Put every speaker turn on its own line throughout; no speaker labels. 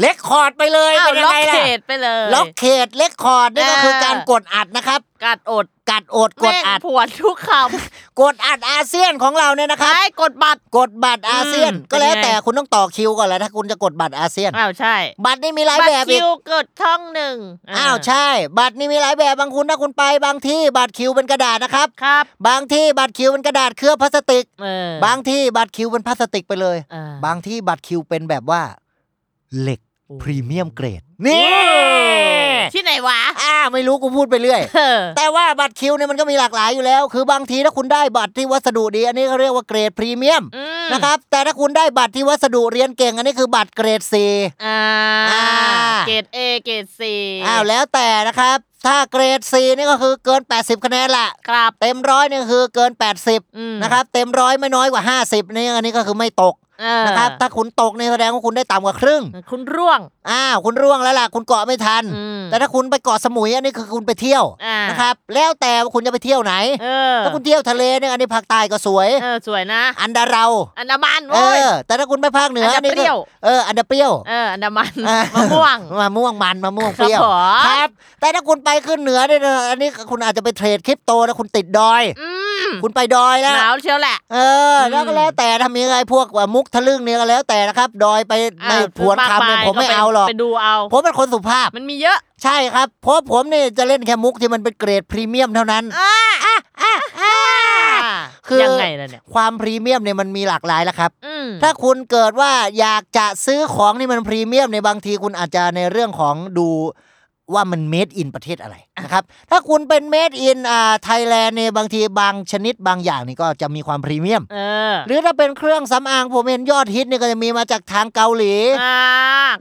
เล็กคอร์ดไปเลย
อ้าว
เป็นยั
ล็อง
ไง
กเข
ล่ะ
ตไปเลย
ล็อกเขตเล็กคอร์ดนี่ก็
อ่า
คือการกดอัดนะครับ
กัดอด
กัดอดกด
แม่ง
อัด
ผวนทุกค
กดอัดอาเซียนของเราเนี่ยนะ
ำ
ครับ
ใช่กดบัตร
กดบัตรอาเซียน
อืม
ก็แล้ว
เป็นไง
แต่คุณต้องต่อคิวก่อนแหล้วถ้าคุณจะกดบัตรอาเซียน
อ้าวใช่
บัตรนี่มีหลาย
บัต
แบ
ร
บอี
คิ
ก
วกดช่องหนึ่ง
อ้าวใช่ บัตรนี่มีหลายแบบบางคุณถ้าคุณไปบางที่บัตรคิวเป็นกระดาษนะครับ
ครับ
บางที่บัตรคิวเป็นกระดาษเคลือบพลาสติก
เออบ
างที่บัตรคิวเป็นพลาสติกไปเลย
เออ
บางที่บัตรคิวเป็นแบบว่า เหล็ก
โอ้
พรีเมียมเกรดนี่
ที่ไหนวะ
อ่าไม่รู้กูพูดไปเรื่อย
เออ
แต่ว่าบัตรคิวเนี่ยมันก็มีหลากหลายอยู่แล้ว คือบางทีถ้าคุณได้บัตรที่วัสดุดี อันนี้เขาเรียกว่าเกรดพรีเมียม
อืม
นะครับ แต่ถ้าคุณได้บัตรที่วัสดุเรียนเก่ง อันนี้คือบัตรเกรด C
อ่า
อ่า
เกรดเอเกรดซี
อ้าวแล้วแต่นะครับ ถ้าเกรด C นี่ก็คือเกิน 80 คะแนนละ
ครับ
เต็มร้อยนี่ก็คือเกิน 80
อืม
นะครับ เต็มร้อยไม่น้อยกว่า 50นี่อันนี้ก็คือไม่ตก
เออ
นะครับ ถ้าคุณตกนี่แสดงว่าคุณได้ต่ำกว่าครึ่ง
คุณร่วง
อ้าวคุณร่วงแล้วล่ะ คุณเกาะไม่ทัน
อืม
แต่ถ้าคุณไปเกาะสมุยอันนี้คือคุณไปเที่ยว
อ่าน
นะครับ แล้วแต่ว่าคุณจะไปเที่ยวไหน
เออ
ถ้าคุณเที่ยวทะเลเนี่ยอันนี้ภาคใต้ก็สวย
เออสวยนะ
อันดาเรา
อันดามัน
เอ
โว้ย
อ แต่ถ้าคุณไปภาคเหนือ
อันดาเปรี้ยว
ก็เออ อันดาเปรี้ยว
เอออันดามัน
อ่าม
ะม่วง
มะม่วงมันมะม่วงเปรี้ยว
ครับผม
ครับ แต่ถ้าคุณไปขึ้นเหนือเนี่ยนะอันนี้คุณอาจจะไปเทรดคริปโตแล้วคุณติดดอย
อืม
คุณไปดอยแล้ว
หนาวเชียวแหละ
เออ แล้วก็
อืม
แล้วแต่ทำยังไงพวกว่ามุกทะลึ่งเนี่ยก็แล้วแต่นะครับ ดอยไปใน
าว
ผวนคำเนี่ย
ากาย
ผมไม่
ป
เอาหรอก
ไปดูเอา
ผมเป็นคนสุภาพ
มันมีเยอะ
ใช่ครับ เพราะผมเนี่ยจะเล่นแค่มุกที่มันเป็นเกรดพรีเมียมเท่านั้น
อ่า
คือ
ยังไงล่ะเนี่ย
ความพรีเมียมเนี่ยมันมีหลากหลายแล้วครับ
อืม
ถ้าคุณเกิดว่าอยากจะซื้อของที่มันพรีเมียมในยบางทีคุณอาจจะในเรื่องของดูว่ามัน made in ประเทศอะไรนะครับ ถ้าคุณเป็น made in อ่าไทยแลนด์เนี่ยบางทีบางชนิดบางอย่างนี่ก็จะมีความพรีเมียม
เออ
หรือถ้าเป็นเครื่องสำอางผมเห็นยอดฮิตเนี่ยก็จะมีมาจากทางเกาหลี
อ่า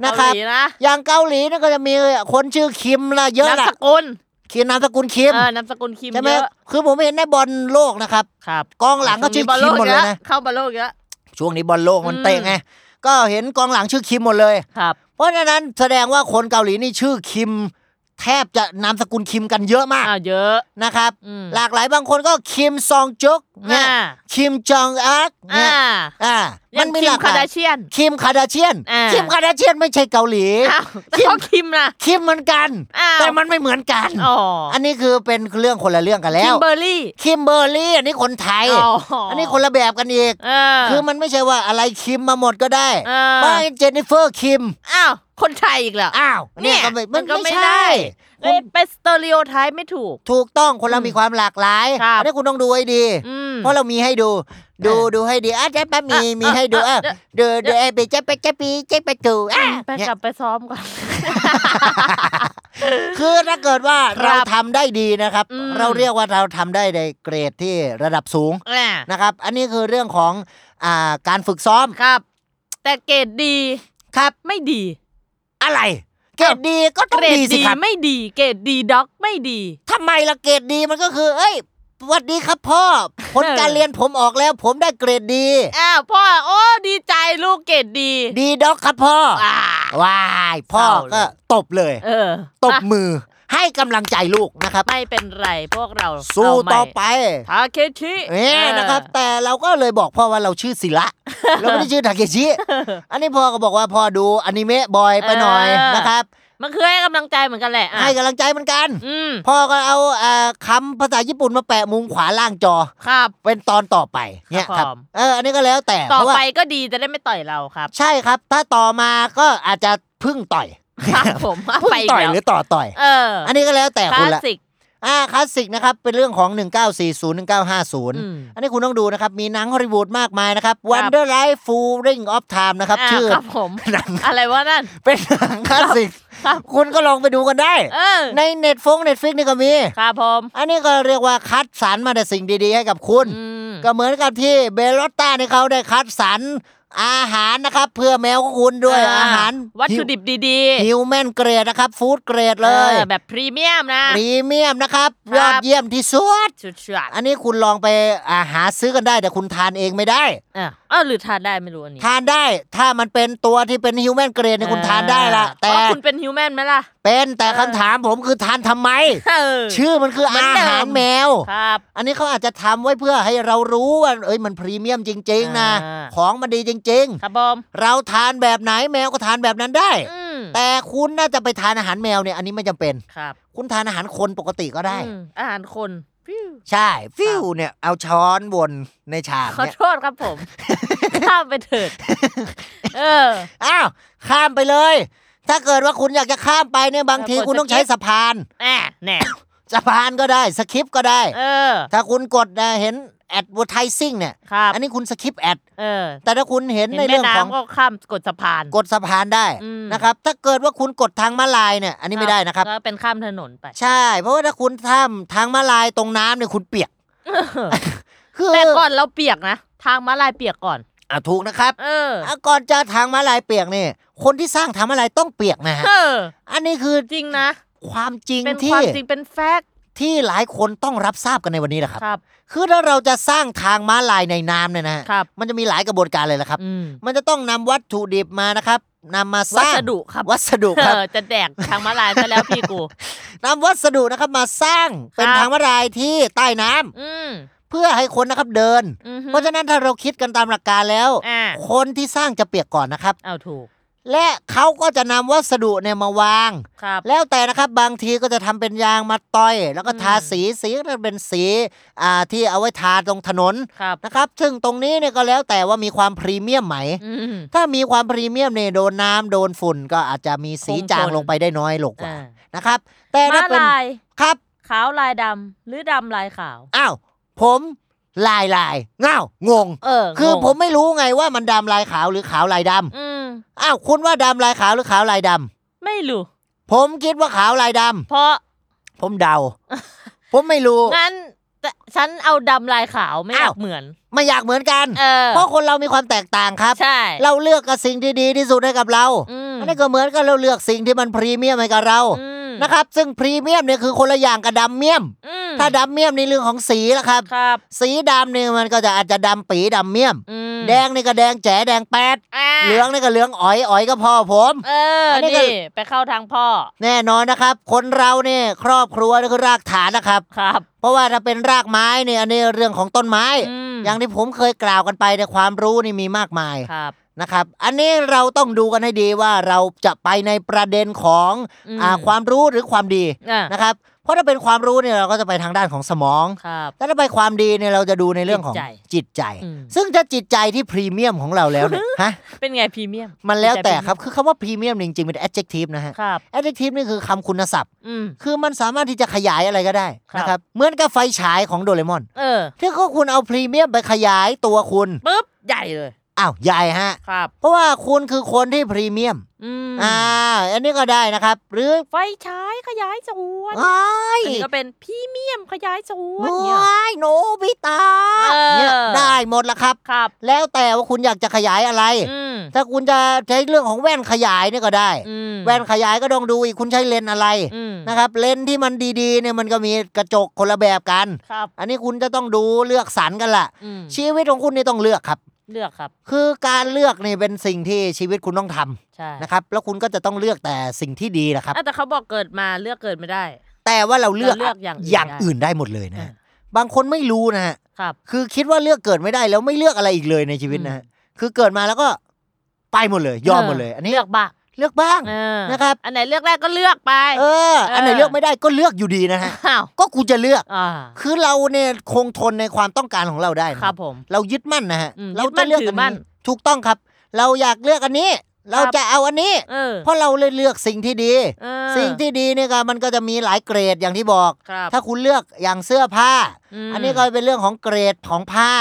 นะ
นะครับ นะ
อย่างเกาหลีเนี่ยก็จะมีคนชื่อคิมนะเยอะ
นาม
ละ
สกุล
คิมนามสกุลคิม
เออนามสกุลคิม
ใช่ไหม
เยอะ
คือผมเห็นในบอลโลกนะครับ
ครับ
กองหลังก็ชื่อ
ช่วงนี้
คิม
บอลโก
หมดเลยนะ
อะเข้าบอลโลกเยอะ
ช่วงนี้บอลโลกมัน
อืม
เตะไง ก็เห็นกองหลังชื่อคิมหมดเลย
ครับ
เพราะฉะนั้นแสดงว่าคนเกาหลีนี่ชื่อคิม แทบจะนามสกุลคิมกันเยอะมาก
อ่าเยอะ
นะครับ
อืม
หลากหลายบางคนก็คิมซองจุกเนี่
อ่าย
คิมจองอัก
อ่า
เนี่ยอ่า
มั
มัน น
มี
มี
ห
ห
ลั
ลาก ก
คา
ห
ดา
ลาย
เชียน
คิมคาดาเชียน
อ่า
คิมคาดาเชียนไม่ใช่เกาหลี
อ้าวแต่
คิม
เขาคิมนะ
คิมเหมือนกัน
อ้าว
แต่มันไม่เหมือนกัน
อ๋ออ
อันนี้คือเป็นเรื่องคนละเรื่องกันแล้
คิ
ว
มเบอร์รี่
คิมเบอร์รี่อันนี้คนไทย
อ๋อ
อั
อั
นนี้คนละแบบกันอีก
เออ
คือมันไม่ใช่ว่าอะไรคิมมาหมดก็ได้
เออ
บ้างเจนนิเฟอร์คิม
อ้าวคนไทยอีกเหรอ
อ้าว
เนี่ย
ก็ไม่
มั
มัน
นก็
ก็
ไม่
ไม่
ได้
ใช่
เอ้ยเป็นสเตอริโอไทป์ไม่ถูก
ถูกต้องคนเรา
อืม
มีความหลากหลาย
ครับ
อันี้คุณต้องดูให้ดี
อืม
เพราะเรามีให้ดู ดูดูให้ดีอ่ะเจ๊แป๊บมี
อ่ะ
มีให้ดูอ่ะ
อ่ะอ่ะ
เดี๋ยวเดี๋ยวไอ้ไปเจ๊ไปเจ๊ปีเจ๊ไปจูอ่ะ
ไป
เนี่ย
กลับไปซ้อมก่อน
คือถ้าเกิดว่า
ครับ
เราทำได้ดีนะครับ
อืม
เราเรียกว่าเราทำได้ในเกรดที่ระดับสูง
อ่า
นะครับ อันนี้คือเรื่องของอ่าการฝึกซ้อม
ครับ แต่เกรดดี
ครับ
ไม่ดี
อะไร เกรดดีก็ต้
เก
อง
รด
ดีสิ
ดี
ครับ
ไม่ดี เกรดดีด็อกไม่ดี
ทำไมล่ะเกรดดีมันก็คือ เอ้ยสวัสดีครับ พ่อผล
เออ
การเรียนผมออกแล้ว ผมได้เกรดดี
อ้าวพ่อโอ้ดีใจลูกเกรดดี
ดีด็อกครับพ่อ
อ่า
ว้ายพ่อ
เศร้าเลย
ก็ตบเลย
เออ
ตบ
อ่ะ
มือให้กำลังใจลูกนะครับ
ไม่เป็นไรพวกเรา
สู้
เอาใหม่
ต่อไป
ทาเคชิ
เอ๊ะนะครับ
เออ
แต่เราก็เลยบอกพ่อว่าเราชื่อศิ ละเราไม่ได้ชื่อทาเคชิอันนี้พ่อก็บอกว่าพ่อดูอนิเมะบ่อยไปหน่อย
เออ
นะครับ
มันคือให้กำลังใจเหมือนกันแหละอ่ะ
ให้กำลังใจเหมือนกัน
อืม
พ่อก็เอาเอ่อคำภาษาญี่ปุ่นมาแปะมุมขวาล่างจอ
ครับ
เป็นตอนต่อไปเนี่ย
ค
ครั
รับบ ผม
เอออันนี้ก็แล้วแต่
ต่อ
เพราะว่า
ไปก็ดีจะได้ไม่ต่อยเรา ครับ
ใช่ครับ ถ้าต่อมาก็อาจจะพึ่งต่อย
ครับผม
เพึ่
ไป
ง
ก
ต่อย
แล้ว
หรือต่อต่อย
เออ
อันนี้ก็แล้วแต่
ค
คุ
ลา
ณ
ส
ละ
สิก
อ่าคลาสสิกนะครับ เป็นเรื่องของ 1940
อืม
1950 อันนี้คุณต้องดูนะครับ มีหนังฮอลลีวูดมากมายนะครับ Wonder Life f o o l i n g of Time นะครับ
า
ชื่อ
ครับผม
หนัง
อะไรวะนั่น
เป็นหนังคลาสสิก คุณก็ลองไปดูกันได้
เออ
ใน Netflix Netflix นี่ก็มี
ครับผม
อันนี้ก็เรียกว่าคัดสรรมาแต่สิ่งดีๆ ให้กับคุณ
อืม
ก็เหมือนกับที่เบลลอตตาเนี่ยเขาได้คัดสรรอาหารนะครับ เพื่อแมวของคุณด้วยอาหาร
วัตถุดิบดี
ฮิวแมนเกรดนะครับฟู้ดเกรด
ๆ
เล
อย อแบบพรีเมียมนะ
พรีเมียมนะครับ
ครับ
ยอดเยี่ยมที่สุด
ชุดชัด
อันนี้คุณลองไปอาหาซื้อกันได้ แต่คุณทานเองไม่ได้
อ่ะเออหรือทานได้ไม่รู้อันนี้
ทานได้ถ้ามันเป็นตัวที่เป็นฮิวแมนเกรดเนี่ยคุณทานได้ละ
เออ
แต่
ว่าคุณเป็นฮิวแมนไหมล่ะ
เป็นแต่
เออ
คำถามผมคือทานทำไม
เออ
ชื่อมันคือ
เหมือน
อา
เดิม
หารแมว
ครับ
อันนี้เขาอาจจะทำไว้เพื่อให้เรารู้ว่าเอ้ยมันพรีเมียมจริง ๆ นะ
อ่า
ของมันดีจริง
ครับผม
ๆ เราทานแบบไหนแมวก็ทานแบบนั้นได้
อืม
แต่คุณน่าจะไปทานอาหารแมวเนี่ยอันนี้ไม่จำเป็น
ครับ
คุณทานอาหารคนปกติก็ได้
อืมอาหารคนฟิว
ใช่ฟิวเนี่ยเอาช้อนวนในชาม
ขอ
เนี่ย
โทษครับผม ข้ามไปเถิด เออ
อ้าวข้ามไปเลย ถ้าเกิดว่าคุณอยากจะข้ามไปเนี่ยบางที
เออกด
คุณต้อง
สกิป
ใช้สะพาน
แน่แน่
สะพานก็ได้สคริปก็ได้
เออ
ถ้าคุณกดนะเห็น advertising เนี่ย
ครับ
อันนี้คุณสคริปแอด
เออ
แต่ถ้าคุณเห็น
เห็น
ใน
แม่
เรื่องของ
น้ำก็ข้ามกดสะพาน
กดสะพานได้
อืม
นะครับ ถ้าเกิดว่าคุณกดทางม้าลายเนี่ย อันนี้ไม่ได้นะครับ
ก็เป็นข้ามถนนไป
ใช่ เพราะว่าถ้าคุณทำทางม้าลายตรงน้ำเนี่ยคุณเปียก คือ
แต่ก่อนเราเปียกนะ ทางม้าลายเปียกก่อน
อ่ะถูกนะครับ
เออ
อ่ะก่อนจะทางม้าลายเปียกเนี่ยคนที่สร้างทางม้าลายต้องเปียกนะฮะ
เออ
อันนี้คือ
จริงนะ
ความจริง
เป็นค
ที่
วามจริงเป็นแฟกต์
ที่หลายคนต้องรับทราบกันในวันนี้นะครับ
ครับ
คือถ้าเราจะสร้างทางม้าลายในน้ำเนี่ยนะฮะ
ครับ
มันจะมีหลายกระบวนการเลยละครับ
อืม
มันจะต้องนำวัตถุดิบมานะครับนำมาส
วั
ร้าง
สดุครับ
วัสดุครับ
เออจะแดกทางม้าลายซะแล้วพี่ กู
นำวัสดุนะครับมาสร้างเป็น
ครับ
ทางม้าลายที่ใต้น้ำ
อืม
เพื่อให้คนนะครับเดิน
อือฮึ
เพราะฉะนั้นถ้าเราคิดกันตามหลักการแล้ว
อ่า
คนที่สร้างจะเปียกก่อนนะครับ
เอาถูก
และเขาก็จะนำวัสดุเนี่ยมาวาง
ครับ
แล้วแต่นะครับบางทีก็จะทำเป็นยางมาต่อย แล้วก็ทา
อืม
สีสีก็จะเป็นสีอ่าที่เอาไว้ทาตรงถนน
ครับ
นะครับ ซึ่งตรงนี้เนี่ยก็แล้วแต่ว่ามีความพรีเมียมไหม
อืม
ถ้ามีความพรีเมียมเนี่ยโดนน้ำโดนฝุ่นก็อาจจะมีสี
คงทน
จางลงไปได้น้อยลงกว่า
อ่า
นะครับ แต่ถ้า
ม้า
เป็น
ลาย
ครับ
ขาวลายดำหรือดำลายขาว
อ้าวผมลายลายง้าวงง
เออ
คือง
ง
ผมไม่รู้ไงว่ามันดำลายขาวหรือขาวลายด
อืม
ำอ้าวคุณว่าดำลายขาวหรือขาวลายด
ไม่รู้
ำผมคิดว่าขาวลายด
เพราะ
ำผมเดาผ มไม่รู้
งั้นแต่ฉันเอาดำลายขาวไม่อ
อ้า
ยว กเหมือน
ไม่อยากเหมือนกัน
เออ
เพราะคนเรามีความแตกต่างครับ
ใช่
เราเลือกกับสิ่งที่ดีที่สุดให้กับเรา
อืม
อันนี้ก็เหมือนกับเราเลือกสิ่งที่มันพรีเมียมให้กับเรา
อืม
นะครับ ซึ่งพรีเมียมเนี่ยคือคนละอย่างกับดำเมียม
อืม
ถ้าดำเมียมในเรื่องของสีละครับ
ครับ
สีดำเนี่ยมันก็จะอาจจะดำปีดำเมียม
อืม
แดงนี่ก็แดงแจ๋แดงแปด
อ่า
เหลืองนี่ก็เหลืองอ๋อยอ๋อยก็พ่อผม
เออ
อันนี้ก็
นี่ ไปเข้าทางพ่อ
แน่นอนนะครับ คนเราเนี่ยครอบครัวนี่คือรากฐานนะครับ
ครับ
เพราะว่าถ้าเป็นรากไม้เนี่ยอันนี้เรื่องของต้นไม้
อืม
อย่างที่ผมเคยกล่าวกันไปในยความรู้นี่มีมากมาย
ครับ
นะครับ อันนี้เราต้องดูกันให้ดีว่าเราจะไปในประเด็นของ
อืม
อ่าความรู้หรือความดี
อ่ะ
นะครับ เพราะถ้าเป็นความรู้เนี่ยเราก็จะไปทางด้านของสมอง
ครับ
แต่ถ้าไปความดีเนี่ยเราจะดูในเรื่องของ
จิต
จิต
ใจ
ใจ
อืม
ซึ่งถ้าจิตใจที่พรีเมียมของเราแล้วเนี่ยฮะ
เป็นไงพรีเมียม
มันแล้วแต่
ใจ
ครับ คือคำว่าพรีเมียมจริงๆ เป็น adjective นะฮะ
ครับ
adjective นี่คือคำคุณศัพท์
อืม
คือมันสามารถที่จะขยายอะไรก็ได้
ครับ
นะครับ เหมือนกับไฟฉายของโดเรมอน
เออ
ที่ก็คุณเอาพรีเมียมไปขยายตัวคุณ
ปุ๊บ ใหญ่เลย
อ้าว ใหญ่ฮะ
ครับ
เพราะว่าคุณคือคนที่พรีเมียม
อืม
อ่า อันนี้ก็ได้นะครับ หรือ
ไฟฉายขยายส่วน
ไอ้
อันนี้ก็เป็นพรีเมียมขยายส่วน
โอ้
เนี่ย
ยโนบิตะ
เออ
เนี่ยได้หมดละครับ
ครับ
แล้วแต่ว่าคุณอยากจะขยายอะไร
อืม
ถ้าคุณจะใช้เรื่องของแว่นขยายเนี่ยก็ได้
อืม
แว่นขยายก็ต้องดูอีกคุณใช้เลนส์อะไร
อืม
นะครับเลนส์ที่มันดีๆเนี่ยมันก็มีกระจกคนละแบบกัน
ครับ
อันนี้คุณจะต้องดูเลือกสรรกันละ
อืม
ชีวิตของคุณนี่ต้องเลือกครับ
เลือกครับ
คือการเลือกนี่เป็นสิ่งที่ชีวิตคุณต้องทำ
ใช่
นะครับ แล้วคุณก็จะต้องเลือกแต่สิ่งที่ดีนะครับ
อ่ะแต่เขาบอกเกิดมาเลือกเกิดไม่ได้
แต่ว่าเราเลือก
เราเลือกอย่างอื่น
อย่าง
ได้
อื่นได้หมดเลยนะ
อ่า
ฮะบางคนไม่รู้นะฮะ
ครับ
คือคิดว่าเลือกเกิดไม่ได้แล้วไม่เลือกอะไรอีกเลยในชีวิตนะฮะคือเกิดมาแล้วก็ไปหมดเลย ยอมหมดเลย อันนี้
เลือกบ้าง
เลือกบ้าง
เออ
นะครับ
อันไหนเลือกได้ก็เลือกไป
เออ อันไหน
เออ
เลือกไม่ได้ก็เลือกอยู่ดีนะฮะ
อ้าว
ก็กูจะเลือก
อ่า
คือเราเนี่ยคงทนในความต้องการของเราได้นะครับ
ผม
เรายึดมั่นนะฮะ
อืม
เรา
ยึด
จะ
มั่น
เลือก
ถือมั่น
ถูกต้องครับ เราอยากเลือกอันนี้ เรา
ครับ
จะเอาอันนี้
เออ
เพราะเราเลยเลือกสิ่งที่ดี
เออ
สิ่งที่ดีเนี่ยก็มันก็จะมีหลายเกรดอย่างที่บอก
ครับ
ถ้าคุณเลือกอย่างเสื้อผ้า
ม
อันนี้ก็เป็นเรื่องของเกรดของผ้า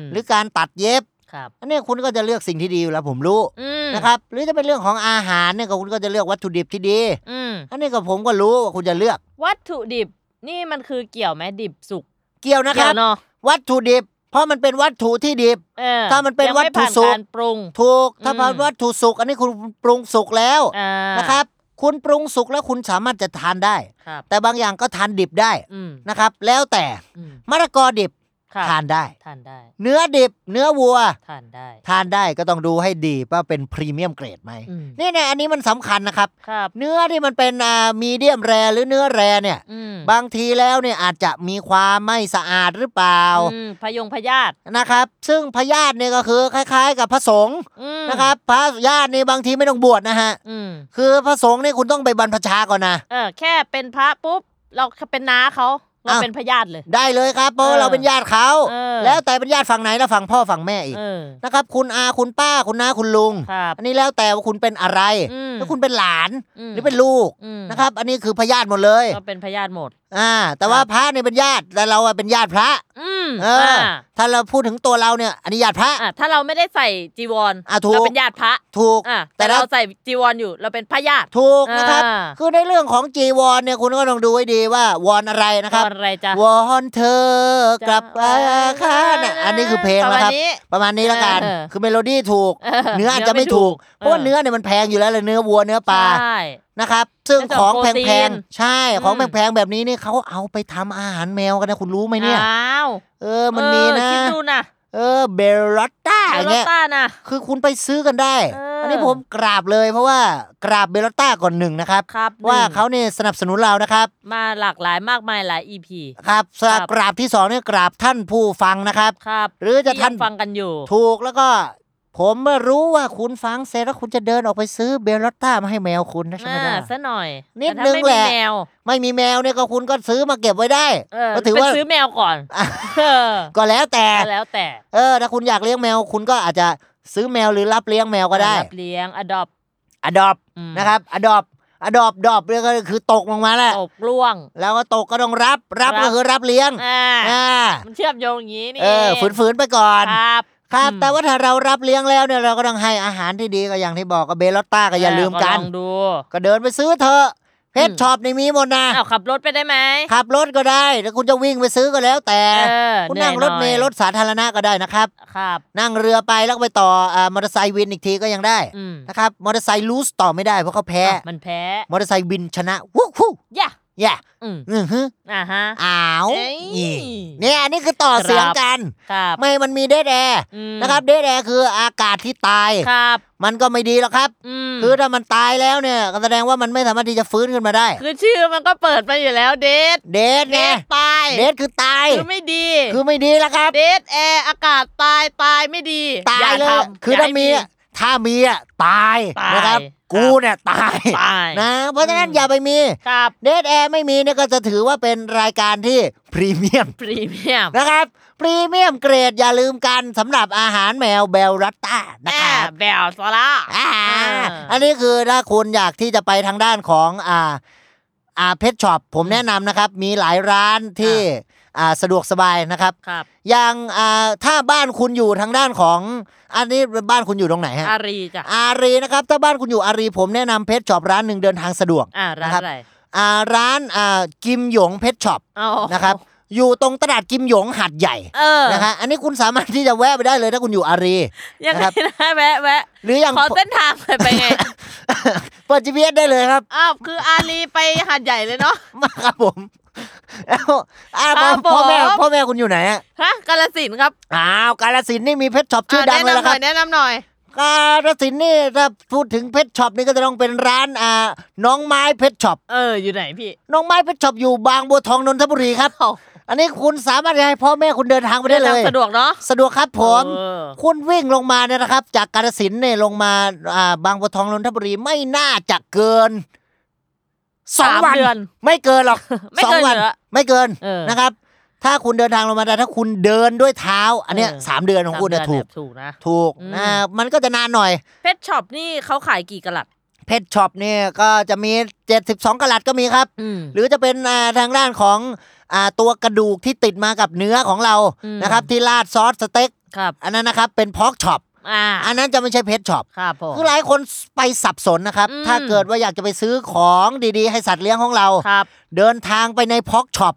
ม
หรือการตัดเย็บ
ครับ
อันนี้คุณก็จะเลือกสิ่งที่ดีอยู่แล้วผมรู้
อืม
นะครับ หรือจะเป็นเรื่องของอาหารเนี่ยก็คุณก็จะเลือกวัตถุดิบที่ดี
อืม
อันนี้ก็ผมก็รู้ว่าคุณจะเลือก
วัตถุดิบนี่มันคือเกี่ยวไหมดิบสุก
เกี่ยวนะค
เกี่ย
รั
ว
บ
เนาะ
วัตถุดิบ พ ราะมันเป็นวัตถุที่ดิบ
เออ
ถ้ามันเป็น
ยังไม่
วัตถุ
ผ่าน
สุก
การปรุง
ถูกถ้า
อืม
เป็นวัตถุสุกอันนี้คุณปรุงสุกแล้ว
อ่า
นะครับ คุณปรุงสุกแล้วคุณสามารถจะทานได้
ครับ
แต่บางอย่างก็ทานดิบได้
อืม
นะครับ แล้วแต่
อืม
มะละกอดิบ
ครับ
ทานได้
ทานได้
เนื้อดิบ เนื้อวัว
ทานได้
ทานได้ก็ต้องดูให้ดีว่าเป็นพรีเมียมเกรดไหม
อืม
นี่เนี่ยอันนี้มันสำคัญนะครับ
ครับ
เนื้อที่มันเป็นมีเดียมแรหรือเนื้อแรเนี่ย
อืม
บางทีแล้วเนี่ยอาจจะมีความไม่สะอาดหรือเปล่า
อืมพยงพยาธิ
นะครับ ซึ่งพยาธิเนี่ยก็คือคล้ายๆ กับพระสงฆ์
อืม
นะครับ พระญาตินี่บางทีไม่ต้องบวชนะฮะ
อืม
คือพระสงฆ์นี่คุณต้องไปบรรพชาก่อนนะ
เออแค่เป็นพระปุ๊บ เราเป็นน้าเขาเรา
อ้าว
เป็นพยาธิเลย
ได้เลยครับเพราะว่า
เออ
เราเป็นญาติเขา
เออ
แล้วแต่เป็นญาติฝั่งไหนนะฝั่งพ่อฝั่งแม่อีก
เออ
นะครับ คุณอาคุณป้าคุณน้าคุณลุง
ครับ
อันนี้แล้วแต่ว่าคุณเป็นอะไร
อืม
ถ้าคุณเป็นหลาน
ม
หรือเป็นลูก
อืม
นะครับ อันนี้คือพญาติหมดเลย
ก็เป็นพยาธิหมด
อ่า แต่ว่าพระเนี่ยเป็นญาติแต่เราอะเป็นญาติพระ
อืม
เอออถ้าเราพูดถึงตัวเราเนี่ยอันนี้ญาติพระ
อ่ะถ้าเราไม่ได้ใส่จีวร
อ่ะถูก
เราเป็นญาติพระ
ถูก
อ่ะ
แต่
แต่เรา
เรา
ใส่จีวรอยู่เราเป็นพยาธิ
ถูกนะครับ
อ่า
คือในเรื่องของจีวรเนี่ยคุณก็ต้องดูให้ดีว่าวอนอะไรนะครับ
วอนอะไรจ้ะ
วอนเธอกลับมาค่ะน่ะอันนี้คือเพลงนะครับ
ปมาณ
ประมาณนี้ละกัน
เออ
คือเมโลดี้ถูก
เออ
เนื้ออาจจะไม่ถูก
เนื้อไม่ถูก
เพราะว่าเนื้อเนี่ยมันแพงอยู่แล้วเลยเนื้อวัวเนื้อปลา
ใช่
นะครับ ซึ่งของ
เนื้อสัตว์โปร
แพ
ตี
ง
น
ๆ ใช่ ของ
อืม
แพงๆ แบบนี้นี่เขาเอาไปทำอาหารแมวกันนะ คุณรู้ไหมเนี่ย
อ้าว
เออ มันมี
เอ
นะ
อคิดดูนะ
เออ เบลลอตต้า
เอ
อ
ล
ย่าง
ลอต
เงี้ย
ตานะ
คือคุณไปซื้อกันได้
เอออั
อันนี้ผมกราบเลยเพราะว่ากราบเบลลอตต้าก่อนหนึ่งนะครับ
ครับ
ว่า
หนึ่ง
เขาเนี่ยสนับสนุนเรานะครับ
มาหลากหลายมากมายหลาย EP
ครับสำหรับกราบที่สองเนี่ยกราบท่านผู้ฟังนะครับ
ครับ
หรือจะ
ที่
ท่าน
ยังฟังกันอยู่
ถูกแล้วก็ ผมเมื่อรู้ว่าคุณฟังเสร็จแล้วคุณจะเดินออกไปซื้อเบลลอตต้ามาให้แมวคุณนะใช่ไหม
อ่า
ล่ะ
ซะหน่อย
นิด
แต่ถ้า
นึงแหละ
ไม่มีแมว
ไม่มีแมวเนี่ยก็คุณก็ซื้อมาเก็บไว้ได้
เออ
ก็ถือว่า
ไปซื้อแมวก่อน
อ่ะ
เออ
ก็แล้วแต่
แล้วแต่
เออ ถ้าคุณอยากเลี้ยงแมว คุณก็อาจจะซื้อแมวหรือรับเลี้ยงแมวก็ได้
รับเลี้ยงอดอบ
อดอบนะครับอดอบอดอบดอบเนี่ยก็คือตกลงมาแหละ
ตกล่วง
แล้วก็ตกก็ต้องรับรับ
รับ
ก็คือรับเลี้ยง
อ่า
อ่า
มันเชื่อมโยงอย่างนี้นี่
เออฝืนฝืนๆไปก่อน
ครับ
ครับ
อืม
แต่ว่าถ้าเรารับเลี้ยงแล้วเนี่ยเราก็ต้องให้อาหารที่ดีก็อย่างที่บอกก็เบลลอตต้าก็อย่าลืมกัน
ลองดู
ก็เดินไปซื้อเถอะเพช
อื
ร
ม
ช็อปในมีหมดนะ
อ้าวขับรถไปได้ไหม
ขับรถก็ได้แล้วคุณจะวิ่งไปซื้อก็แล้วแต่
เออ
คุณ
หอย
นั่งรถเมล์
ห
ร
น่อย
ถสาธารณะก็ได้นะครับ
ครับ
นั่งเรือไปแล้วก็ไปต่ออ่ามอเตอร์ไซค์วินอีกทีก็ยังได้
อืม
นะครับมอเตอร์ไซค์ลูสต่อไม่ได้เพราะเขาแพ้
อ่ะมันแพ้
มอเตอร์ไซค์วินชนะวู้ฮู้
ย่ะ
แย่
อืม
อือฮึ
อ่าฮะ
อ้าว
เอ้ย
นี่เนี่ยอันนี้คือต่อ
ครับ
เสียงกัน
ครับ
ไม่มันมีเดดแอร์
อืม
นะครับเดดแอร์คืออากาศที่ตาย
ครับ
มันก็ไม่ดีหรอกครับ
อืม
คือถ้ามันตายแล้วเนี่ยก็แสดงว่ามันไม่สามารถที่จะฟื้นขึ้นมาได้
คือชื่อมันก็เปิดไปอยู่แล้วเดท
เดด
เด
ไง
ทตาย
เดดคือตาย
คือไม่ดี
คือไม่ดีแล้วครับ
เดทแอร์อากาศตายตายไม่ดี
ตาย
อ
เลย
ทำ
คือ
อย่
ถ้ามี
ให้
อะถ้ามีอะตาย
ตาย
นะครับ
ครับ
กูเนี่ยตาย
ตาย
นะ เพราะฉะนั้นอย่าไปมี
ครับ
เดทแอร์ไม่มีเนี่ยก็จะถือว่าเป็นรายการที่พรีเมียม
พรีเมียม
นะครับ พรีเมียมเกรดอย่าลืมกันสำหรับอาหารแมวเบลรัตตานะค
อ่า
รับ
แบลซาร่า
อ่า
อั
อันนี้คือถ้าคุณอยากที่จะไปทางด้านของอ่าอ่าเพชช็อปผมแนะนำนะครับ มีหลายร้านที่อ่าสะดวกสบายนะครับ
ครับ
อย่างอ่าถ้าบ้านคุณอยู่ทางด้านของ อันนี้บ้านคุณอยู่ตรงไหนฮะ
อารีจ้ะ
อารีนะครับ ถ้าบ้านคุณอยู่อารี ผมแนะนำเพชรช็อปร้านหนึ่งเดินทางสะดวก
อ่าร้าน
นะครับ
อะไร
อ่าร้านอ่ากิมหยงเพชรช็อป
อ๋อ
นะครับ อยู่ตรงตลาดกิมหยงหัดใหญ่
เออ
นะฮะอันนี้คุณสามารถที่จะแวะไปได้เลยถ้าคุณอยู่อารี
ยังไง
นะครับ
นะแวะแวะ
หรืออย่าง
ขอเส้นทางหน่อยไปไง
เปิดจีพีเอสได้เลยครับ
อ้าวคืออาลีไปหาดใหญ่เลยเนาะ
มาครับผมแล้วอ่า
ครับ
พ่อพ่อแม่
ผม
พ่อแม่คุณอยู่ไหนอะ
ฮะกาลสินธุ์ครับ
อ้าวกาลสินธุ์นี่มีเพชรช็อปชื่อดัง
ะ
เลย
แนะ
นะครั
นำหน่อบ ยแนะนำหน่อย
กาลสินธุ์นี่ถ้าพูดถึงเพชรช็อปนี่ก็จะต้องเป็นร้านอ่าน้องไม้เพชรช็อป
เอออยู่ไหนพี่
น้องไม้เพชรช็อปอยู่บางบัวทองนนทบุรีครับ
เอา
อันนี้คุณสามารถจะให้พ่อแม่คุณเดินทางไปได้เลย
สะดวกเนาะ
สะดวกครับผม
เออ
คุณวิ่งลงมาเนี่ยนะครับ จากกาฬสินธุ์เนี่ยลงมาอ่าบางบัวทองนนทบุรีไม่น่าจะเกินสอง
าม
วัน
เดือน
ไม่เกินหรอก
ไม่
สอ
เกิ
ง
น
วัน
อยู่แล้ว
ไม่เกิน
เออ
นะครับ ถ้าคุณเดินทางลงมาได้ถ้าคุณเดินด้วยเท้า อันเนี้ย
เออ
สามเดือนของคุณ
สา
นะ
มเดื
ถูก
เยถูกนะ
ถูก
อืม
นะมันก็จะนานหน่อย
เพชรช็อปนี่เขาขายกี่กะลัด
เพชรช็อปเนี่ยก็จะมี 72กะลัดก็มีครับ
อืม
หรือจะเป็นอ่าทางด้านของอาตัวกระดูกที่ติดมากับเนื้อของเรา
อืม
นะครับ ที่ราดซอสสเต็ก
ครับ
อันนั้นนะครับเป็นพอกช็อป
อ่า
อันนั้นจะไม่ใช่เพชช็อป
ครับผม
คือหลายคนไปสับสนนะครับ
อืม
ถ้าเกิดว่าอยากจะไปซื้อของดีๆ ให้สัตว์เลี้ยงของเรา
ครับ
เดินทางไปในพอกช็อป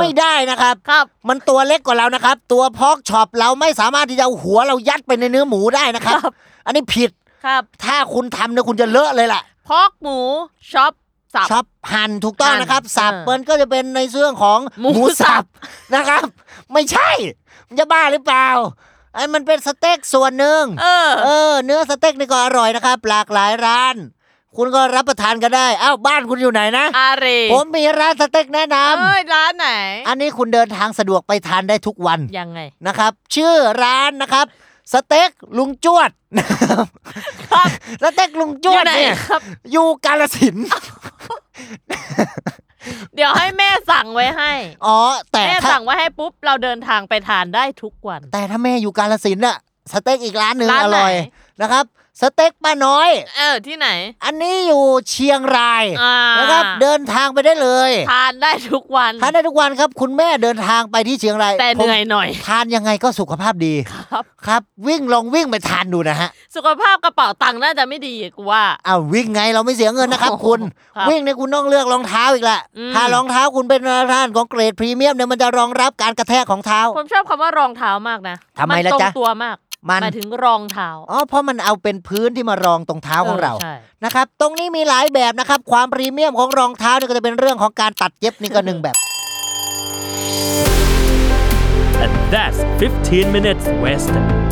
ไม่ได้นะครับ
ครับ
มันตัวเล็กกว่าเรานะครับ ตัวพอกช็อปเราไม่สามารถที่จะเอาหัวเรายัดไปในเนื้อหมูได้นะครับ
ครับ
อันนี้ผิด
ครับ
ถ้าคุณทำเนี่ยคุณจะเลอะเลยล่ะ
พอกหมูช็อปสับ
ชอบหั่นถูกต้องนะครับ
หั่น
สับ
เออ
มันก็จะเป็นในเรื่องของ
หมูสับ
นะครับ ไม่ใช่มันจะบ้าหรือเปล่าไอ้มันเป็นสเต็กส่วนหนึ่ง
เออ
เออเนื้อสเต็กนี่ก็อร่อยนะครับ หลากหลายร้าน คุณก็รับประทานกันได้อ้าวบ้านคุณอยู่ไหนนะ
อารี
ผมมีร้านสเต็กแนะน
เอ้ยร้านไหน
ำอันนี้คุณเดินทางสะดวกไปทานได้ทุกวัน
ยังไง
นะครับ ชื่อร้านนะครับสเต็กลุงจ วดนะครับ
ครับ
สเต็กลุงจ
อยู่
วด
ไหน
เนี่ย
ครับ
อยู่กาลสินธุ์
เดี๋ยวให้แม่สั่งไว้ให้
อ๋อแต่
แม่
ถ้า
สั่งไว้ให้ปุ๊บ เราเดินทางไปทานได้ทุกวัน
แต่ถ้าแม่อยู่กาลสินธุ์อะสเต็กอีกร้านหนึ่ง
ร้าน
อ
ไหน
ร่อยนะครับสเต็กป้าน้อย
เออที่ไหน
อันนี้อยู่เชียงราย
อ่า
นะครับเดินทางไปได้เลย
ทานได้ทุกวัน
ทานได้ทุกวันครับ คุณแม่เดินทางไปที่เชียงราย
แต่เหนื่อย
ผม
หน่อย
ทานยังไงก็สุขภาพดี
ครับ
ครับ วิ่งลองวิ่งไปทานดูนะฮะ
สุขภาพกระเป๋าตังค์น่าจะไม่ดีกูว่า
อ้าววิ่งไงเราไม่เสียเงินนะครับ
โอ้โห
คุณ
ครับ
วิ่งเนี่ยคุณต้องเลือกรองเท้าอีกละ
อืม
ถ้ารองเท้าคุณเป็นร้านของเกรดพรีเมียมเนี่ยมันจะรองรับการกระแทกของเท้า
ผมชอบคำว่ารองเท้ามากนะ
ทำไม
น
ล่ะ
ตรง
จ๊ะ
ตัวมาก
มัน
หมายถึงรองเท้า
อ๋อเพราะมันเอาเป็นพื้นที่มารองตรงเท้าของเรา
ใช่
นะครับตรงนี้มีหลายแบบนะครับความพรีเมียมของรองเท้าเนี่ยก็จะเป็นเรื่องของการตัดเย็บนี่ก็หนึ่งแบบ
And that's 15 minutes west.